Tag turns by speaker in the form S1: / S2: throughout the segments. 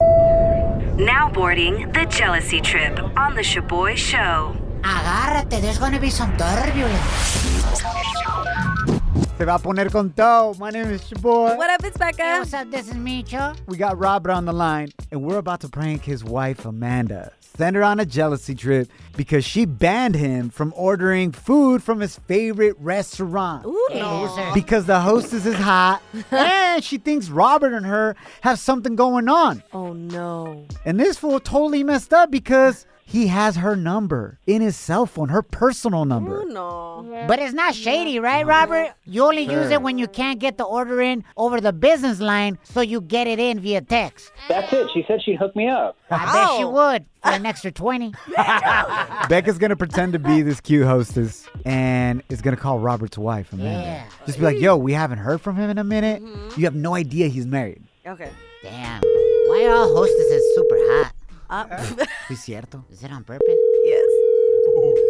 S1: Now boarding the jealousy trip on the Shaboy Show.
S2: Agárrate, there's gonna be some turbulence.
S3: Se va a poner con todo. My name is your boy.
S4: What up? It's
S2: Hey,
S4: Becca.
S2: what's up? This is Micho.
S3: We got Robert on the line, and we're about to prank his wife, Amanda. Send her on a jealousy trip because she banned him from ordering food from his favorite restaurant.
S4: Ooh.
S3: Because the hostess is hot and she thinks Robert and her have something going on.
S4: Oh no.
S3: And this fool totally messed up because he has her number in his cell phone, her personal
S4: Oh
S3: number.
S4: no.
S2: But it's not shady, right, Robert? You only use it when you can't get the order in over the business line, so you get it in via text.
S5: That's it. She said she'd hook me up. Oh.
S2: I bet she
S4: Ow.
S2: would for an extra 20.
S3: Becca's gonna pretend to be this cute hostess and is gonna call Robert's wife, Amanda. Just
S4: Mm.
S3: be like, yo, we haven't heard from him in a minute.
S4: Mm-hmm.
S3: You have no idea he's married.
S4: Okay.
S2: Damn. Why are all hostesses super hot?
S4: Up.
S3: Es cierto.
S2: Is it on purpose?
S4: yes.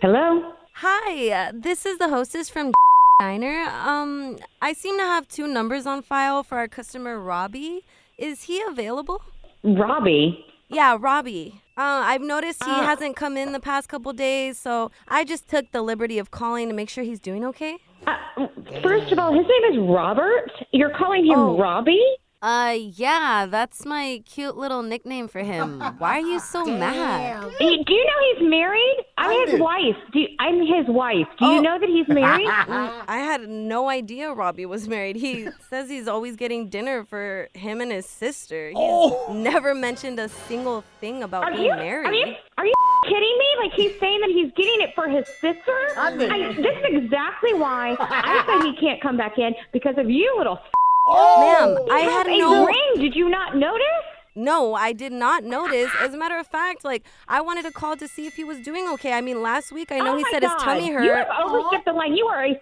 S6: Hello?
S4: Hi. uh, This is the hostess from Diner. Um, I seem to have two numbers on file for our customer Robbie. Is he available?
S6: Robbie?
S4: Yeah, Robbie. Uh, I've noticed he hasn't come in the past couple days, so I just took the liberty of calling to make sure he's doing okay.
S6: Uh, first of all, his name is Robert. You're calling him
S4: Oh.
S6: Robbie?
S4: Uh, yeah, that's my cute little nickname for him. Why are you so mad?
S6: Y- Do you know he's married? I'm his wife. Do you- I'm his wife. Do
S4: Oh.
S6: you know that he's married?
S4: I had no idea Robbie was married. He says he's always getting dinner for him and his sister. He's never mentioned a single thing about
S6: Oh. are
S4: being
S6: you
S4: married.
S6: are you are you kidding me? Like he's saying that he's getting it for his sister? I, this is exactly why I said he can't come back in because of you, little. F-
S4: Ma'am, I had
S6: a
S4: no
S6: ring. Did you not notice?
S4: No, I did not notice. As a matter of fact, like I wanted to call to see if he was doing okay. I mean, last week I know
S6: oh
S4: he
S6: my
S4: said
S6: God.
S4: his tummy
S6: You
S4: hurt.
S6: have overstepped the line. You are a f-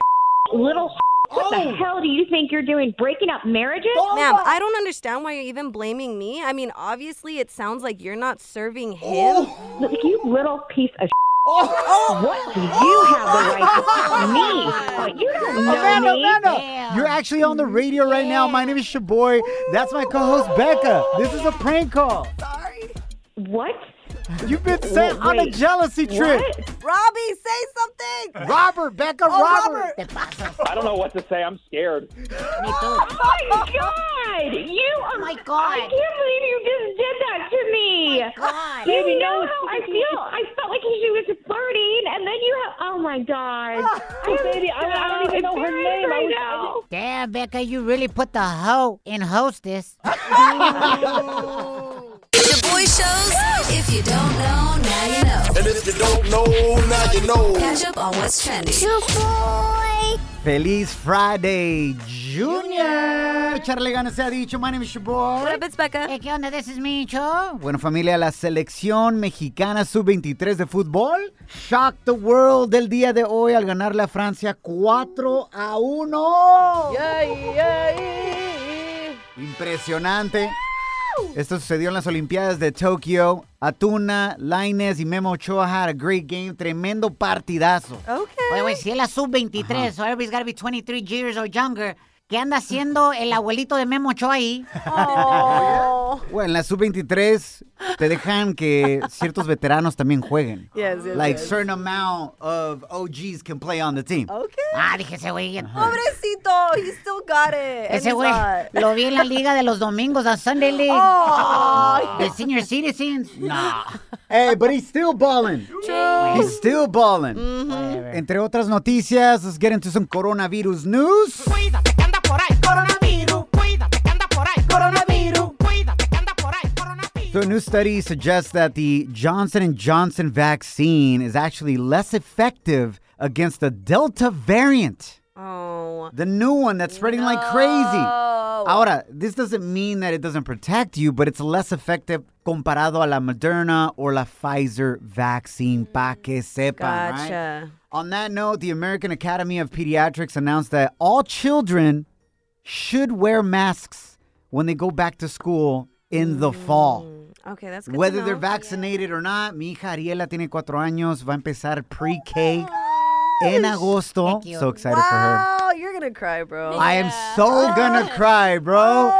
S6: little. F- what
S4: Oh.
S6: the hell do you think you're doing? Breaking up marriages?
S4: Ma'am, I don't understand why you're even blaming me. I mean, obviously it sounds like you're not serving him.
S6: Look, you little piece of
S5: Oh.
S6: What do you have the right to tell me? Oh, you don't know
S3: Amanda,
S6: me.
S3: Amanda, you're actually on the radio right now. My name is Shaboy. That's my co-host Becca. This is a prank call.
S6: What?
S3: You've been sent on a
S6: Wait,
S3: jealousy trip.
S6: What?
S4: Robbie, say something.
S3: Robert, Becca, Robert.
S2: Te paso.
S5: I don't know what to say. I'm scared.
S2: Me
S6: Oh
S2: too.
S6: my God! You are.
S2: my God.
S6: I can't believe you just did that to me.
S2: God.
S6: You know how I feel. I felt like she was flirting, and then you have. Oh my God! I baby, I,
S5: don't even know her name. I
S6: Right
S5: was-
S6: now.
S2: Damn, Becca, uh, you really put the hoe in hostess.
S7: Shaboy Shows. If you don't know, now you know.
S8: And if you don't know, now you know.
S7: Catch up on what's trending.
S3: Feliz Friday, Junior. Charle Gana se ha dicho. My name is
S4: What
S3: Shaboy.
S4: up, it's Becca.
S2: Hey, ¿qué onda? This is Micho.
S3: Bueno, familia, la selección mexicana sub-23 de fútbol shocked the world del día de hoy al ganarle a Francia 4 a 1. Impresionante. Esto sucedió en las Olimpiadas de Tokio. Atuna, Laines y Memo Ochoa had a great game. Tremendo
S2: Oh,
S3: partidazo.
S4: Okay.
S2: Oye, güey, si es la sub-23, so everybody's gotta be 23 years or younger, ¿qué anda haciendo el abuelito de Memo Ochoa ahí?
S4: Oh.
S3: Bueno, en la sub-23 te dejan que ciertos veteranos también jueguen.
S4: Yes, yes,
S3: like certain amount of OGs can play on the team.
S4: Okay.
S2: Ah, dije ese güey.
S4: Pobrecito, he still got it.
S2: Ese güey lo vi en la liga de los domingos, la Sunday League. The senior citizens. No.
S3: Hey, but he's still balling. He's still balling.
S4: Mm-hmm.
S3: Entre otras noticias, let's get into some coronavirus news. So, a new study suggests that the Johnson and Johnson vaccine is actually less effective against the Delta variant,
S4: Oh.
S3: the new one that's spreading like crazy. Ahora, this doesn't mean that it doesn't protect you, but it's less effective comparado a la Moderna or la Pfizer vaccine. Pa que sepan, right?
S4: Mm, Gotcha.
S3: On that note, the American Academy of Pediatrics announced that all children should wear masks when they go back to school in the fall.
S4: Okay, that's Mm, good. to
S3: Whether they're
S4: know.
S3: vaccinated or not, mi hija Ariela tiene cuatro años, va a empezar pre-K en agosto.
S2: Thank you.
S3: So excited for her.
S4: Oh, you're gonna cry, bro.
S3: I am so gonna cry, bro.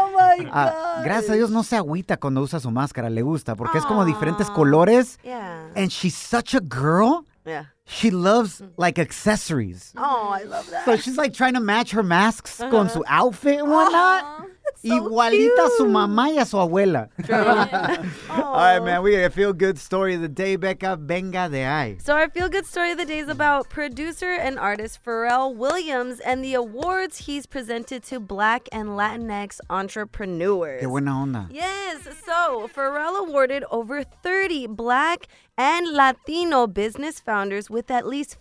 S3: Ah, gracias a Dios no se agüita cuando usa su máscara, le gusta, porque es como diferentes colores.
S4: yeah.
S3: And she's such a girl.
S4: Yeah.
S3: She loves like accessories.
S4: Oh, I love that.
S3: So she's like trying to match her masks con su outfit and whatnot. Igualita a su mamá y a su abuela. All right, man. We got a feel good story of the day, Becca. Venga de ahí.
S4: So our feel good story of the day is about producer and artist Pharrell Williams and the awards he's presented to Black and Latinx entrepreneurs.
S3: Qué buena onda.
S4: Yes, so Pharrell awarded over 30 black and Latino business founders with at least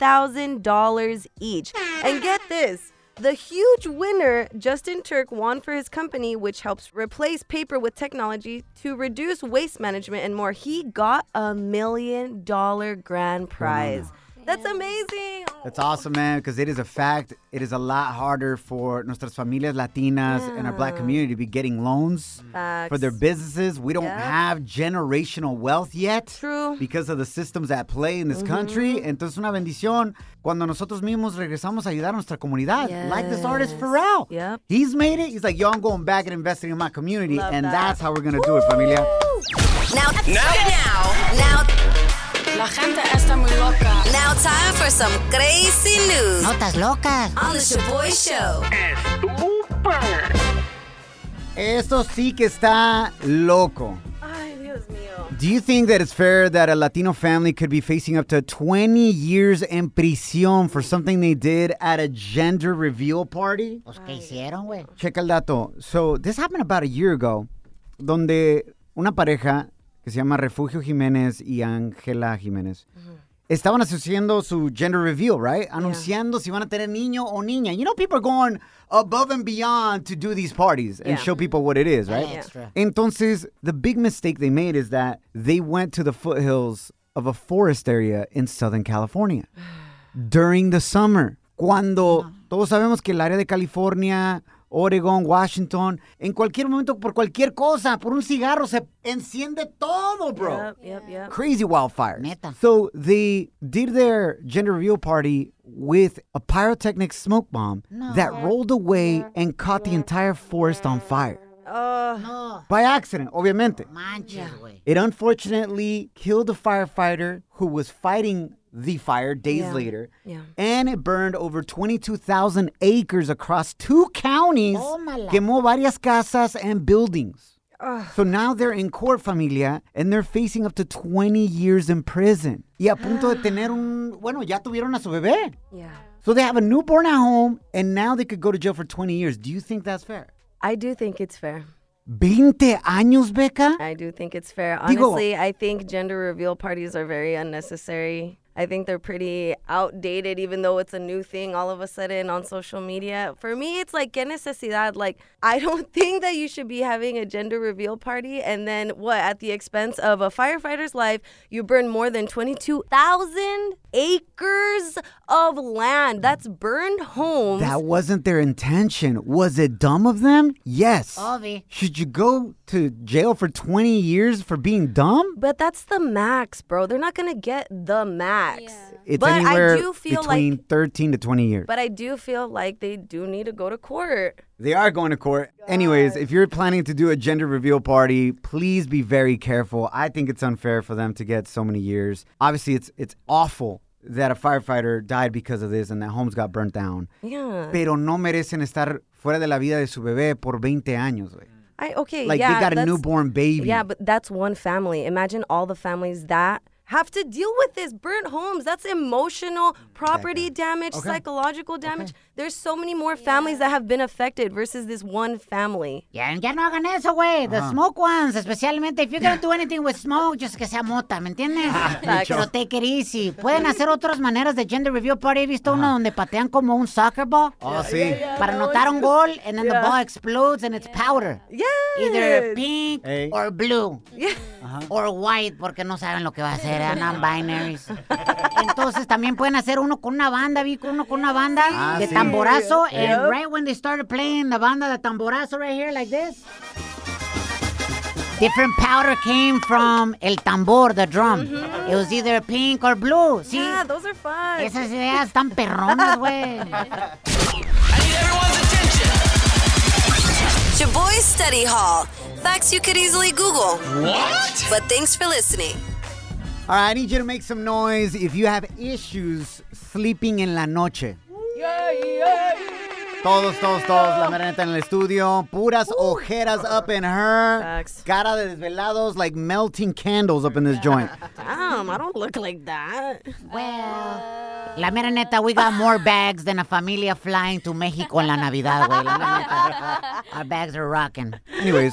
S4: $15,000 each. And get this. The huge winner Justin Turk won for his company, which helps replace paper with technology to reduce waste management and more. He got a million dollar
S3: Oh,
S4: grand prize. That's amazing.
S3: That's awesome, man, because it is a fact. It is a lot harder for nuestras familias latinas and our black community to be getting loans for their
S4: Mm. Facts.
S3: businesses. We don't
S4: Yeah.
S3: have generational wealth yet.
S4: True. Mm-hmm.
S3: Because of the systems at play in this country. Entonces, una bendición cuando nosotros mismos regresamos a ayudar a nuestra comunidad. Like this artist
S4: Yes.
S3: Pharrell.
S4: Yep.
S3: He's made it. He's like, yo, I'm going back and investing in my community.
S4: Love
S3: and
S4: that.
S3: that's how we're going to do it, familia.
S7: Now, now, now,
S9: La gente está muy loca.
S7: now, time for some crazy news
S2: Notas locas.
S7: on the Shaboy Show.
S3: Esto sí que está loco.
S4: Ay, Dios mío.
S3: Do you think that it's fair that a Latino family could be facing up to 20 years in prisión for something they did at a gender reveal party?
S2: Pues, ¿qué hicieron, güey?
S3: Checa el dato. So, this happened about a year ago, donde una pareja que se llama Refugio Jiménez y Ángela Jiménez estaban haciendo su gender reveal, right? Anunciando si van a tener niño o niña. You know, people are going above and beyond to do these parties and
S4: Yeah.
S3: show people what it is, right?
S2: Extra.
S3: Entonces, the big mistake they made is that they went to the foothills of a forest area in Southern California during the summer. Cuando todos sabemos que el área de California, Oregon, Washington, en cualquier momento, por cualquier cosa, por un cigarro, se enciende todo, bro.
S4: Yep, yep, yep.
S3: Crazy wildfires.
S2: Neta.
S3: So they did their gender reveal party with a pyrotechnic smoke bomb that rolled away and caught the entire forest on fire.
S4: Oh,
S3: By accident, obviamente.
S2: Manches, güey.
S3: It unfortunately killed a firefighter who was fighting the fire days
S4: Yeah.
S3: later.
S4: Yeah.
S3: And it burned over 22,000 acres across two counties.
S4: Oh,
S2: Tómala.
S3: Quemó varias casas and buildings. So now they're in court, familia, and they're facing up to 20 years in prison. Y a punto de tener un. Bueno, ya tuvieron a su bebé.
S4: yeah.
S3: So they have a newborn at home, and now they could go to jail for 20 years. Do you think that's fair?
S4: I do think it's fair.
S3: 20 años, Becca?
S4: I do think it's fair.
S3: Digo-
S4: Honestly, I think gender reveal parties are very unnecessary. I think they're pretty outdated, even though it's a new thing all of a sudden on social media. For me, it's like, que necesidad? Like, I don't think that you should be having a gender reveal party and then what, at the expense of a firefighter's life, you burn more than 22,000 acres of land. That's burned homes.
S3: That wasn't their intention. Was it dumb of them? Yes.
S2: Obvi.
S3: Should you go to jail for 20 years for being dumb?
S4: But that's the max, bro. They're not gonna get the max.
S3: It's
S4: but
S3: anywhere
S4: I do feel
S3: between
S4: like
S3: 13 to 20 years.
S4: but I do feel like they do need to go to court.
S3: They are going to court. Anyways, if you're planning to do a gender reveal party, please be very careful. I think it's unfair for them to get so many years. Obviously, it's it's awful that a firefighter died because of this and that homes got burnt down.
S4: Yeah.
S3: Pero no merecen estar fuera de la vida de su bebé por 20 años. güey.
S4: I okay.
S3: Like
S4: Eh, yeah,
S3: they got a
S4: that's-
S3: newborn baby.
S4: Yeah, but that's one family. Imagine all the families that have
S3: Mm,
S4: to deal with this burnt homes. That's emotional property damage, psychological damage. there's so many more families that have been affected versus this one family.
S2: Ya, ya no hagan eso, güey. The smoke ones, especialmente. If you're gonna do anything with smoke, just que sea mota, ¿me entiendes?
S3: Ah,
S2: Pero take it easy. Pueden hacer otras maneras de gender review party. He visto uno donde patean como un soccer ball
S3: Oh, sí.
S2: para anotar un gol, and then the ball explodes and it's powder.
S4: Yeah.
S2: Either pink
S3: Ey.
S2: or blue.
S4: Yeah.
S2: or white porque no saben lo que va a hacer, eran non-binaries. Entonces también pueden hacer uno con una banda, vi con uno con una banda
S3: Ah,
S2: de
S3: sí.
S2: tamborazo. And right when they started playing the banda de tamborazo right here like this. Different powder came from el tambor, the drum.
S3: Mm-hmm.
S2: It was either pink or blue. Sí,
S4: Yeah, those are fun.
S2: esas ideas están perronas, güey.
S7: It's your boy's study hall. Facts you could easily Google. What? But thanks for listening.
S3: All right, I need you to make some noise if you have issues sleeping en la noche. Todos, todos, todos, la mera neta en el estudio. Puras ojeras up in her.
S4: Facts.
S3: Cara de desvelados like melting candles up in this joint.
S4: Damn, I don't look like that.
S2: Well, la mera neta, we got more bags than a familia flying to Mexico en la Navidad, güey. La mera neta. Our bags are rocking.
S3: Anyways,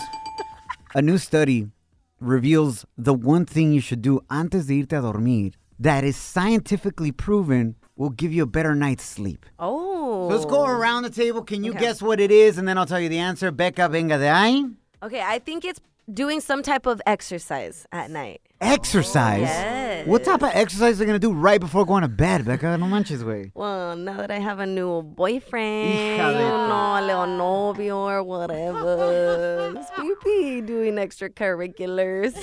S3: a new study reveals the one thing you should do antes de irte a dormir that is scientifically proven will give you a better night's sleep.
S4: Oh.
S3: Let's go around the table. Can you guess what it is? And then I'll tell you the answer. Becca, venga de ahí.
S4: Okay, I think it's doing some type of exercise at night.
S3: Exercise.
S4: Yes.
S3: What type of exercise are you going to do right before going to bed, Becca? No manches, way.
S4: Well, now that I have a new boyfriend,
S3: Hija de
S4: you
S3: tu-
S4: know, a little novio or whatever, this PP doing extracurriculars.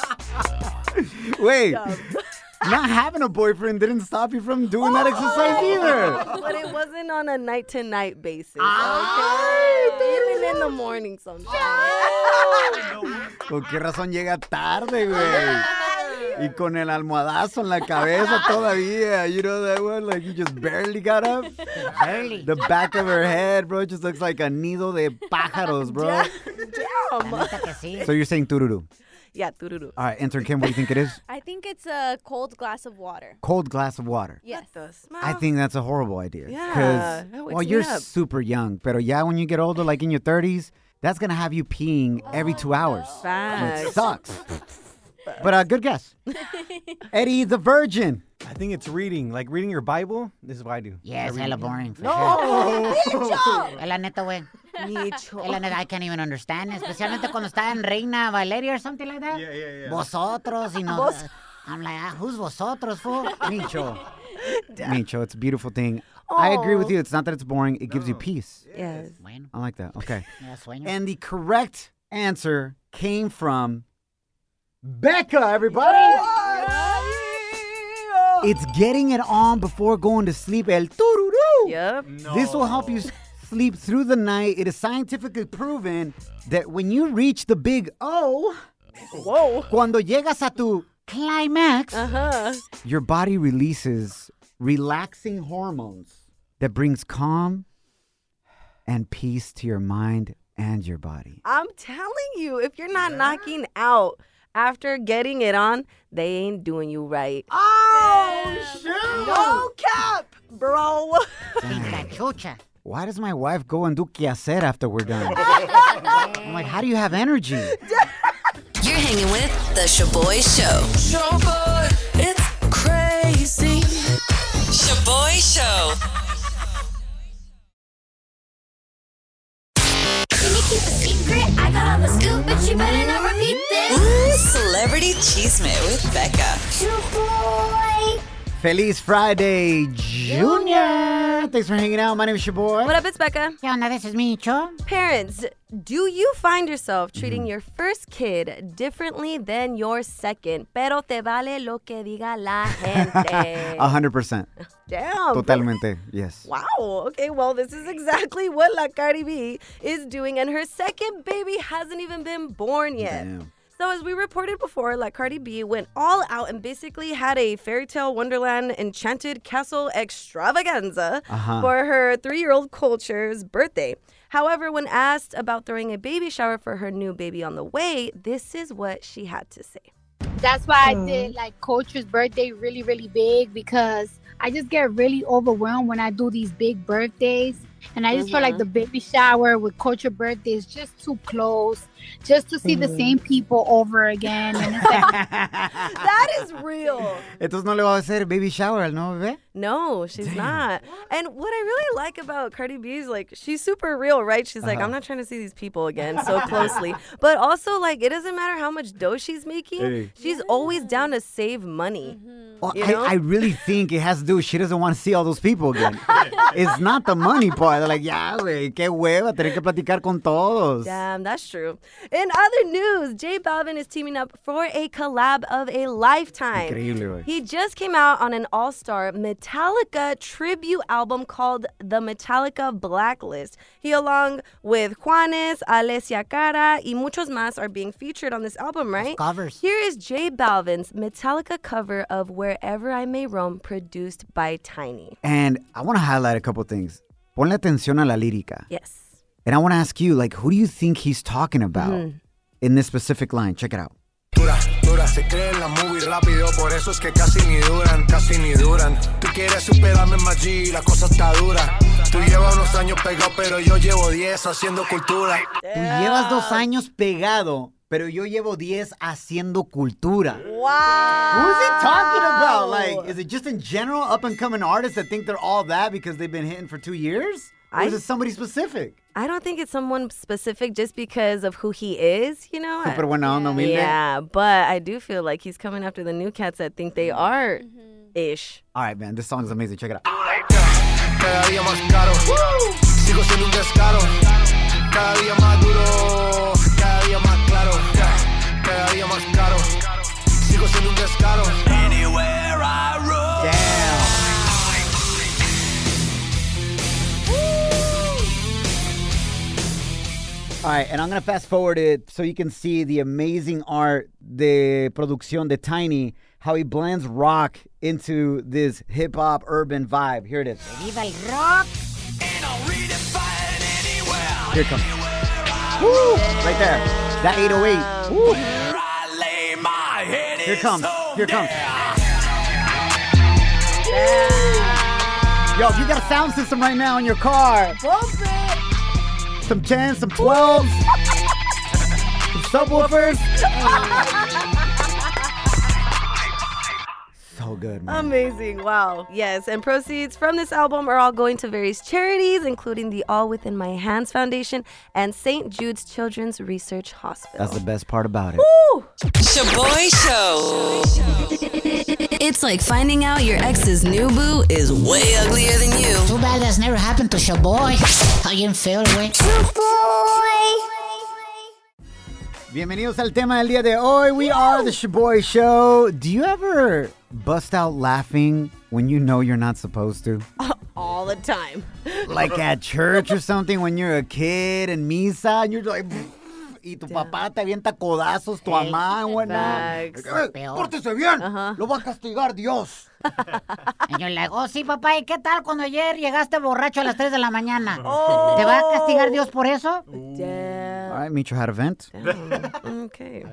S3: Wait. Not having a boyfriend didn't stop you from doing that exercise
S4: Oh.
S3: either.
S4: but it wasn't on a night to night basis. Okay. Even in the morning sometimes.
S3: ¿Por qué razón llega tarde, güey? Y con el almohadazo en la cabeza todavía. You know that one? Like you just barely got up.
S2: Barely.
S3: The back of her head, bro, just looks like a nido de pájaros, bro.
S4: Damn.
S2: Neta que sí.
S3: So you're saying tururu.
S4: Yeah, tururu.
S3: All right, intern Kim, what do you think it is?
S10: I think it's a cold glass of water.
S3: Cold glass of water.
S10: Yes.
S4: The smell.
S3: I think that's a horrible idea.
S4: Yeah, that wakes
S3: well,
S4: me
S3: you're
S4: up.
S3: super young, pero yeah, when you get older, like in your 30s, that's gonna have you peeing every
S10: Oh,
S3: two hours. It
S4: Facts.
S3: sucks. but uh, good guess. Eddie the Virgin.
S11: I think it's reading, like reading your Bible. This is what I do.
S2: Yeah, it's hella boring. For sure. Es la neta, güey. Es la neta, I can't even understand. Especialmente cuando está en Reina Valeria or something like that.
S11: Yeah, yeah, yeah.
S2: Vosotros y no. I'm like, ah, who's vosotros, fool?
S3: Micho. Micho, it's a beautiful thing. I agree
S10: Oh.
S3: with you. It's not that it's boring, it gives you peace.
S4: Yes.
S2: Bueno,
S3: I like that. Okay.
S2: ya sueño.
S3: and the correct answer came from Becca, everybody. It's getting it on before going to sleep. El tururu.
S4: Yep.
S3: This will help you s- sleep through the night. It is scientifically proven that when you reach the big O, Whoa. cuando llegas a tu climax,
S4: Huh.
S3: your body releases relaxing hormones that brings calm and peace to your mind and your body.
S4: I'm telling you, if you're not knocking out after getting it on, they ain't doing you right.
S3: Oh, shoot!
S4: No cap, bro.
S2: Cachucha.
S3: Why does my wife go and do quehacer after we're done? I'm like, how do you have energy?
S7: You're hanging with The Shaboy Show.
S9: Showboy, it's crazy.
S7: Shaboy Show. Ooh, Celebrity Cheesemate with Becca.
S3: Feliz Friday, Junior! Thanks for hanging out. My name is your boy.
S4: What up, it's Becca.
S2: ¿Qué onda? This is Micho.
S4: Parents, do you find yourself treating
S3: Mm-hmm.
S4: your first kid differently than your second? Pero te vale lo que diga la
S3: A
S4: gente.
S3: hundred percent.
S4: Damn.
S3: Totalmente. Yes.
S4: Wow. Okay. Well, this is exactly what La Cardi B is doing, and her second baby hasn't even been born yet.
S3: Damn.
S4: So, as we reported before, La Cardi B went all out and basically had a fairy tale wonderland enchanted castle extravaganza for her three year old culture's birthday. However, when asked about throwing a baby shower for her new baby on the way, this is what she had to say.
S10: That's why I did like Culture's birthday really, really big because
S12: I just get really overwhelmed when I do these big birthdays. And I just feel like
S13: Mhm.
S12: the baby shower with culture birthday is just too close, just to see the
S3: Mhm.
S12: same people over again. And it's like,
S4: that is real.
S3: Entonces no le va a hacer baby shower al nuevo bebé.
S4: No, she's not. And what I really like about Cardi B is like she's super real, right? She's like,
S3: Uh-huh.
S4: I'm not trying to see these people again so closely. but also like it doesn't matter how much dough she's making,
S3: Hey.
S4: she's always down to save money.
S3: Oh,
S4: You
S3: I,
S4: know?
S3: I really think it has to do. She doesn't want to see all those people again. it's not the money part. Like, ya, güey, qué hueva tener que platicar con todos.
S4: Damn, that's true. In other news, J Balvin is teaming up for a collab of a lifetime.
S3: Increíble, güey.
S4: He just came out on an all star Metallica tribute album called The Metallica Blacklist. He, along with Juanes, Alessia Cara, y muchos más, are being featured on this album, right?
S2: covers.
S4: Here is J Balvin's Metallica cover of Wherever I May Roam, produced by Tiny.
S3: And I want to highlight a couple things. Ponle atención a la lírica.
S4: Yes.
S3: And I want to ask you, like, who do you think he's talking about
S4: Mhm.
S3: in this specific line? Check it out.
S14: Dura, dura, se creen la movie rápido, por eso es que casi ni duran, casi ni duran. Tú quieres superarme más G, la cosa está dura. Tú llevas unos años pegado, pero yo llevo 10 haciendo cultura.
S3: Tú llevas dos años pegado, pero yo llevo 10 haciendo cultura.
S4: Wow.
S3: Who's he talking about? Like, is it just in general up and coming artists that think they're all that because they've been hitting for two years? Or is
S4: I-
S3: it somebody specific?
S4: I don't think it's someone specific just because of who he is, you know?
S3: Súper buena onda, humilde.
S4: Yeah, but I do feel like he's coming after the new cats that think they are ish.
S3: All right, man, this song is amazing. Check it out.
S14: Cada día más caro, sigo siendo un descaro. Cada día más duro, cada día más claro. Cada día más caro, sigo siendo un descaro. Anywhere I roam.
S3: All right, and I'm gonna fast forward it so you can see the amazing art, the producción de Tiny, how he blends rock into this hip hop urban vibe. Here it is.
S2: ¡Viva el rock!
S3: Here it comes. Woo! Right there. That 808. Woo! Here it comes. Here it comes. Yo, if you got a sound system right now in your car, some 10s, some 12s, some subwoofers. so good, man.
S4: Amazing. Wow. Yes. And proceeds from this album are all going to various charities, including the All Within My Hands Foundation and St. Jude's Children's Research Hospital.
S3: That's the best part about it.
S7: Shaboy Show. It's like finding out your ex's new boo is way uglier than you.
S2: Too bad that's never happened to your boy. How you feel, güey?
S3: Bienvenidos al tema del día de hoy. We are the Shaboy Show. Do you ever bust out laughing when you know you're not supposed to?
S4: All the time.
S3: like at church or something when you're a kid and misa and you're like y tu papá te avienta codazos, tu mamá and whatnot.
S2: Facts.
S3: Hey,
S2: Peor.
S3: pórtese bien, lo va a castigar Dios.
S2: And you're like, oh sí, papá, ¿y qué tal cuando ayer llegaste borracho a las 3 de la mañana? ¿Te va a castigar Dios por eso?
S3: All right, Micho had a vent.
S4: Okay.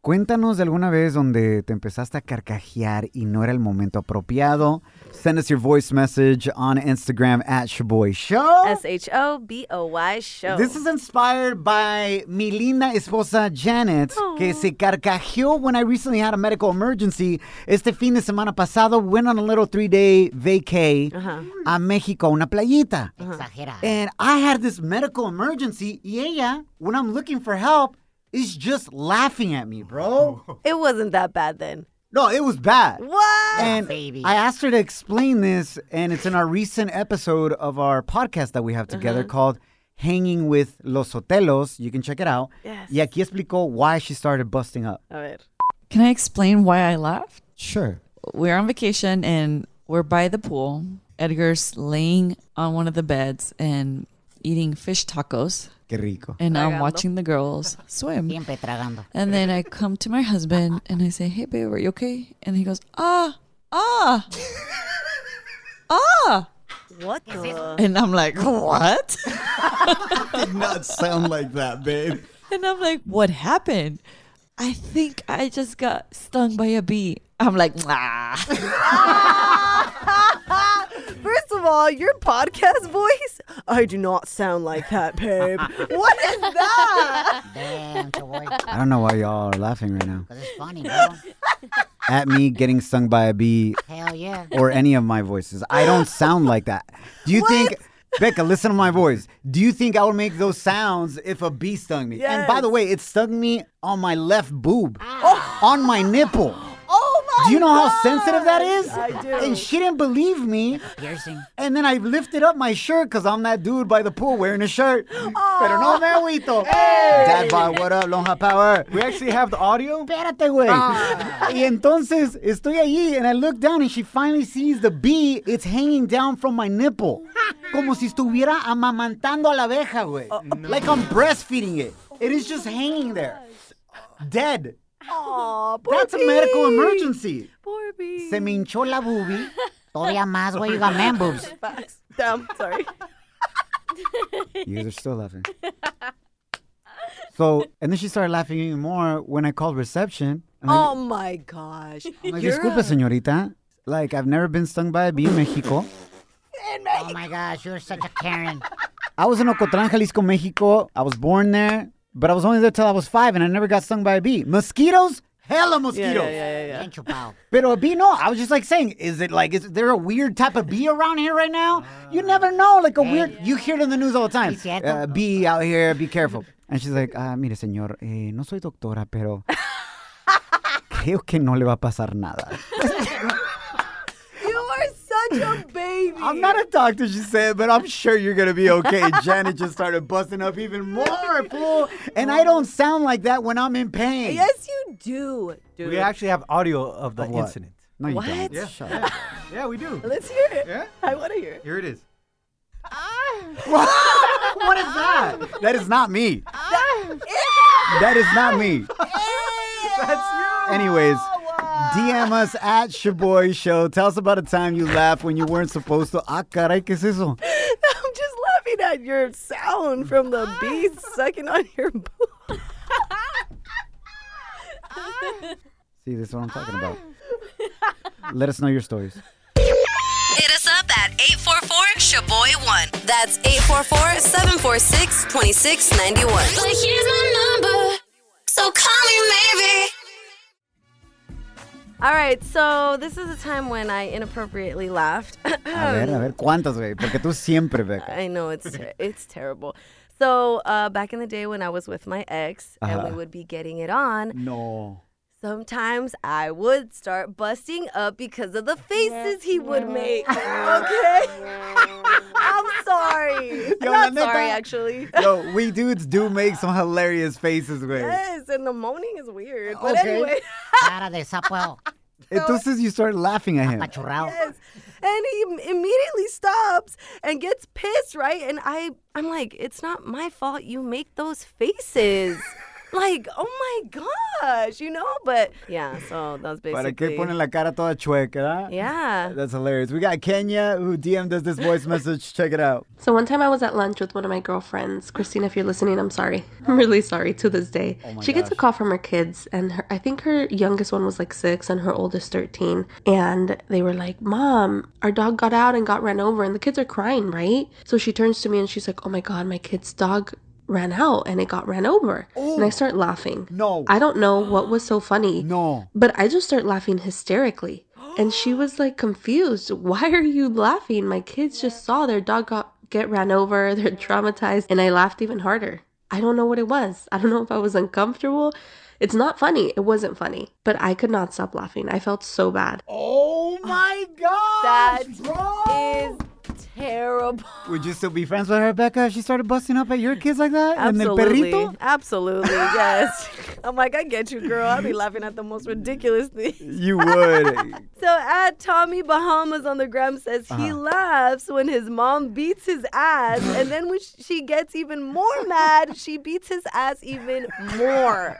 S3: Cuéntanos de alguna vez donde te empezaste a carcajear y no era el momento apropiado. Send us your voice message on Instagram at Shaboy Show.
S4: S H O B O Y Show.
S3: This is inspired by mi linda esposa Janet, que se carcajeó when I recently had a medical emergency. Este fin de semana pasado, went on a little three day vacay a México, una playita.
S2: Exagera.
S3: And I had this medical emergency, y ella, when I'm looking for help, is just laughing at me, bro.
S4: It wasn't that bad then.
S3: No, it was bad.
S4: What?
S2: Ah,
S3: And I asked her to explain this, and it's in our recent episode of our podcast that we have together called Hanging with Los Hotelos. You can check it out.
S4: Yes.
S3: Y aquí explicó why she started busting up.
S4: A ver.
S15: Can I explain why I laughed?
S3: Sure.
S15: We're on vacation and we're by the pool. Edgar's laying on one of the beds and eating fish tacos.
S3: Qué rico.
S15: And I'm
S3: Tragando.
S15: watching the girls swim.
S2: Siempre tragando.
S15: And then I come to my husband and I say, "Hey, babe, are you okay?" And he goes, "Ah, ah, ah."
S4: What the?
S15: And I'm like, "What?"
S16: Did not sound like that, babe.
S15: And I'm like, "What happened?" I think I just got stung by a bee. I'm like, "Nah."
S4: First of all, your podcast voice, I do not sound like that, babe. what is that?
S2: Damn,
S3: I don't know why y'all are laughing right now.
S2: Because it's funny, bro.
S3: At me getting stung by a bee.
S2: Hell yeah.
S3: Or any of my voices. I don't sound like that. Do you think, Becca, listen to my voice. Do you think I would make those sounds if a bee stung me? And by the way, it stung me on my left boob, on my nipple.
S4: Ah. Oh
S3: Do you know how sensitive that is?
S4: I do.
S3: And she didn't believe me.
S2: Piercing.
S3: And then I lifted up my shirt because I'm that dude by the pool wearing a shirt. Pero no me agüito. Dad bod, what up? Lonja Power.
S11: We actually have the audio?
S3: Espérate, güey.
S4: Ah.
S3: Y entonces estoy allí and I look down and she finally sees the bee. It's hanging down from my nipple. Como si estuviera amamantando a la abeja, güey.
S4: Oh.
S3: Like I'm breastfeeding it. It is just hanging there. Dead.
S4: Aw, poor
S3: That's a
S4: bee.
S3: medical emergency.
S4: Poor bee.
S3: Se me hinchó la boobie.
S2: Todavía más, güey. You got man boobs.
S4: Facts. Damn, sorry.
S3: You guys are still laughing. So, and then she started laughing even more when I called reception. I'm like,
S4: Oh my gosh.
S3: I'm like,
S4: Oh, You're
S3: Disculpe, señorita. Like, I've never been stung by a bee in Mexico.
S2: Oh my gosh, you're such a Karen.
S3: I was in Ocotran, Jalisco, Mexico. I was born there, but I was only there till I was five and I never got stung by a bee. Mosquitoes? Hella mosquitoes.
S2: Bien chupado.
S3: Pero a bee, no. I was just like saying, is it like, is there a weird type of bee around here right now? You never know. Like a weird, you hear it in the news all the time.
S2: Sí, cierto.
S3: Uh, bee out here, be careful. And she's like, ah, mire, señor, eh, no soy doctora, pero creo que no le va a pasar nada.
S4: You are such a baby.
S3: I'm not a doctor, she said, but I'm sure you're gonna be okay. And Janet just started busting up even more, fool. And I don't sound like that when I'm in pain.
S4: Yes, you do, dude.
S11: We actually have audio of the
S3: Of what?
S11: incident.
S3: No, you
S4: What?
S3: don't.
S4: Yeah.
S3: Shut up.
S11: Yeah, we do.
S4: Let's hear it.
S11: Yeah?
S4: I want to hear it.
S11: Here it is.
S3: what is that? That is not me. That is not me.
S11: That's
S3: Anyways, DM us at Shaboy Show. Tell us about a time you laughed when you weren't supposed to. Ah, caray, ¿qué es eso?
S4: I'm just laughing at your sound from the bee sucking on your boob.
S3: See, this is what I'm talking about. Let us know your stories.
S7: Hit us up at 844 Shaboy1. That's 844 746 2691. Like, here's my number. So call me, maybe.
S4: All right, so this is a time when I inappropriately laughed.
S3: A ver, a ver, ¿cuántas, güey? Porque tú siempre, Becca.
S4: I know it's ter- it's terrible. So uh, back in the day when I was with my ex and
S3: Uh-huh.
S4: we would be getting it on,
S3: No.
S4: sometimes I would start busting up because of the faces he would make. Okay, I'm sorry.
S3: Yo, la
S4: I'm not
S3: neta.
S4: sorry actually.
S3: Yo, we dudes do make some hilarious faces, güey.
S4: Yes, and the moaning is weird. But
S3: Okay.
S4: anyway,
S2: Cara de sapo
S3: Entonces you start laughing at him.
S2: apachurrado.
S4: yes. and he im- immediately stops and gets pissed, right? And I, I'm like, it's not my fault you make those faces. like, oh my gosh, you know? But yeah, so that's
S3: Para
S4: basically.
S3: que ponen la cara toda chueca, ¿verdad?
S4: yeah.
S3: That's hilarious. We got Kenya who DM'd us this voice message. Check it out.
S13: So one time I was at lunch with one of my girlfriends, Christina. If you're listening, I'm sorry. I'm really sorry to this day.
S3: Oh my
S13: she gets a
S3: gosh.
S13: call from her kids, and her, I think her youngest one was like six, and her oldest thirteen. And they were like, "Mom, our dog got out and got ran over, and the kids are crying, right?" So she turns to me and she's like, "Oh my god, my kid's dog." Ran out and it got ran over. And I start laughing.
S3: No.
S13: I don't know what was so funny.
S3: No.
S13: But I just start laughing hysterically. And she was like confused. Why are you laughing? My kids just saw their dog got, get ran over. They're traumatized. And I laughed even harder. I don't know what it was. I don't know if I was uncomfortable. It's not funny. It wasn't funny. But I could not stop laughing. I felt so bad.
S3: Oh my god!
S4: That
S3: bro!
S4: is terrible.
S3: Would you still be friends with her, Becca, if she started busting up at your kids like that?
S4: Absolutely.
S3: And el perrito?
S4: Absolutely, yes. I'm like, I get you, girl. I'll be laughing at the most ridiculous thing.
S3: You would.
S4: So at Tommy Bahamas on the gram says he laughs when his mom beats his ass, and then when sh- she gets even more mad, she beats his ass even more.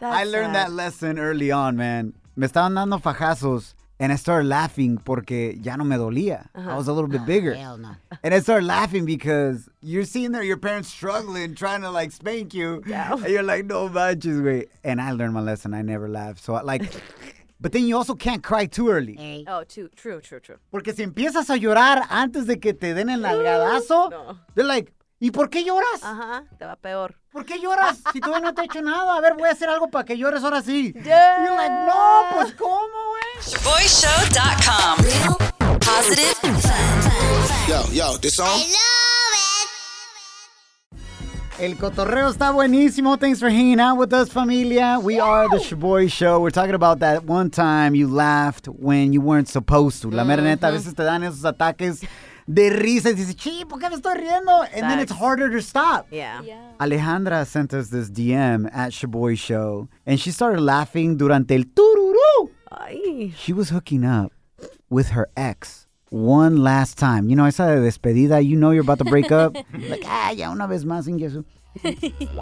S4: That's
S3: I learned
S4: sad.
S3: that lesson early on, man. Me estaban dando fajazos, and I started laughing porque ya no me dolia. I was a little bit bigger.
S2: Uh-huh. Ah, Hell no.
S3: And I started laughing because you're seeing there your parents struggling, trying to like spank you. And you're like, no manches, güey. And I learned my lesson. I never laugh. So I like, But then you also can't cry too early.
S4: Oh, too, true, true, true.
S3: Porque si empiezas a llorar antes de que te den el nalgadazo, they're like, ¿y por qué lloras?
S4: Ajá, te va peor.
S3: ¿Por qué lloras? Si todavía no te he hecho nada. A ver, voy a hacer algo para que llores ahora sí.
S4: Yeah.
S3: You're like, no, pues cómo,
S7: ShaboyShow.com. Real, positive,
S8: Yo, yo, this song?
S3: El cotorreo está buenísimo. Thanks for hanging out with us, familia. We are the Shaboy Show. We're talking about that one time you laughed when you weren't supposed to. La mera neta, a veces te dan esos ataques de risa y dices, "Chi, ¿por qué me estoy riendo? And then it's harder to stop.
S4: Yeah.
S3: Alejandra sent us this DM at Shaboy Show, and she started laughing durante el tururu. She was hooking up with her ex one last time. You know, esa de despedida, you know you're about to break up. like, ah, ya una vez más, sin Jesús.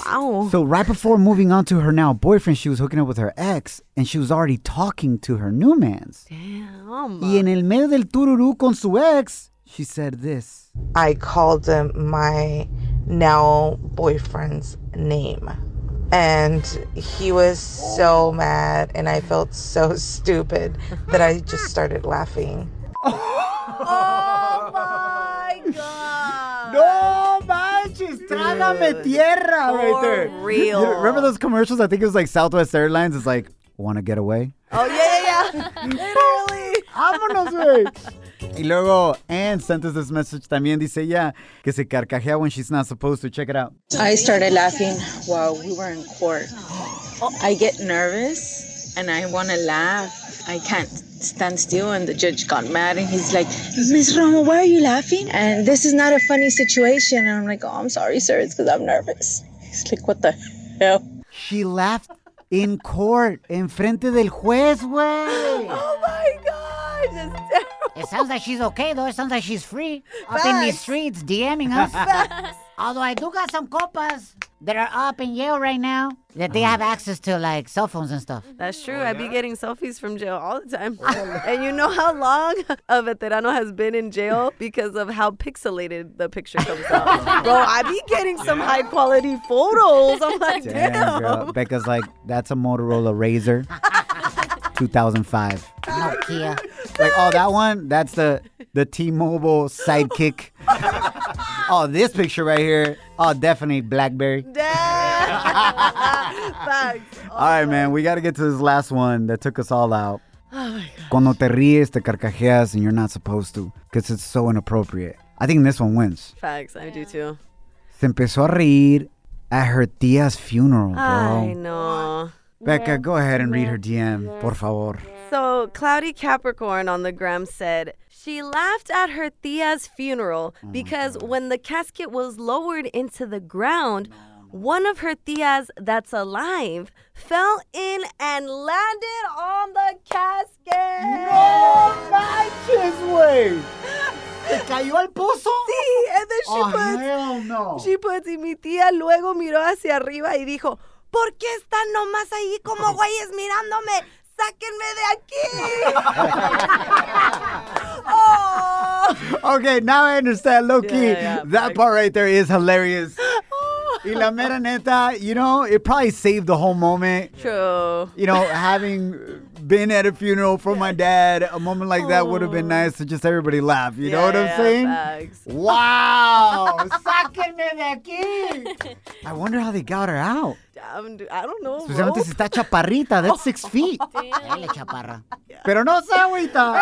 S4: wow.
S3: So right before moving on to her now boyfriend, she was hooking up with her ex, and she was already talking to her new man's. Y en el medio del tururú con su ex, she said this.
S17: I called him my now boyfriend's name. And he was so mad, and I felt so stupid that I just started laughing.
S3: No manches, trágame tierra right there.
S4: real.
S3: You remember those commercials? I think it was like Southwest Airlines. It's like, want to get away?
S4: Oh, yeah, yeah, yeah. Literally.
S3: Vámonos, güey. Y luego, Anne sent us this message también. Dice ella que se carcajea when she's not supposed to. Check it out.
S18: I started laughing while we were in court. I get nervous and I want to laugh. I can't stand still, and the judge got mad and he's like, Miss Romo, why are you laughing? And this is not a funny situation. And I'm like, oh, I'm sorry, sir. It's because I'm nervous. He's like, what the hell?
S3: She laughed in court, en frente del juez, güey.
S4: Oh
S2: It sounds like she's okay, though. It sounds like she's free. Up in these streets, DMing us. Although I do got some copas that are up in Yale right now that they have access to, like, cell phones and stuff.
S4: That's true. I be getting selfies from jail all the time. and you know how long a veterano has been in jail because of how pixelated the picture comes out. Bro, I be getting some high quality photos. I'm like, damn.
S3: Damn, girl. Becca's like, that's a Motorola Razor 2005.
S2: Nokia.
S3: Like, oh, that one, that's the the T-Mobile sidekick. oh, this picture right here, oh, definitely BlackBerry.
S4: Oh,
S3: All right, man, we got to get to this last one that took us all out.
S4: Oh,
S3: Cuando te ríes, te carcajeas, and you're not supposed to because it's so inappropriate. I think this one wins.
S4: Facts, I do too.
S3: Se empezó a reír at her tia's funeral, bro.
S4: I know.
S3: Becca, go ahead and read her DM, por favor.
S4: So, Cloudy Capricorn on the gram said, she laughed at her tia's funeral
S3: Oh
S4: because when the casket was lowered into the ground, one of her tias that's alive fell in and landed on the casket.
S3: No manches, güey. ¿Te cayó al pozo?
S4: Sí, and then she
S3: Oh,
S4: puts,
S3: hell no.
S4: she puts, y mi tía luego miró hacia arriba y dijo, ¿por qué están nomás ahí como güeyes mirándome? ¡Sáquenme de aquí! oh.
S3: Okay, now I understand, Loki.
S4: Yeah, yeah,
S3: that part right there is hilarious. y la mera neta, you know, it probably saved the whole moment.
S4: True.
S3: You know, having been at a funeral for my dad, a moment like that would have been nice to just everybody laugh. You know what I'm saying? Wow! Sáquenme de aquí! I wonder how they got her out.
S4: I'm, d- I don't know. bro.
S3: Especialmente si está chaparrita, that's six feet.
S2: Dale, chaparra.
S3: Pero no se agüita.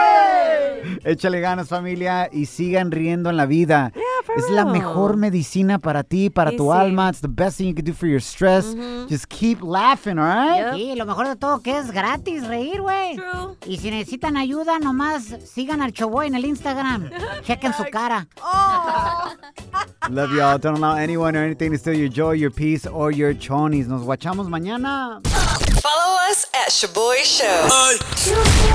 S3: Échale ganas, familia, y sigan riendo en la vida.
S4: for
S3: es la
S4: real.
S3: mejor medicina para ti, para tu
S4: Sí, Mm-hmm. sí.
S3: alma. It's the best thing you can do for your stress. Just keep laughing, all right?
S2: Y lo mejor de todo que es gratis reír, güey.
S4: True.
S2: Y si necesitan ayuda, nomás sigan al Choboy en el Instagram. Chequen su cara.
S3: Love y'all. Don't allow anyone or anything to steal your joy, your peace, or your chonies. Nos guachamos mañana.
S7: Follow us at Shaboy Show.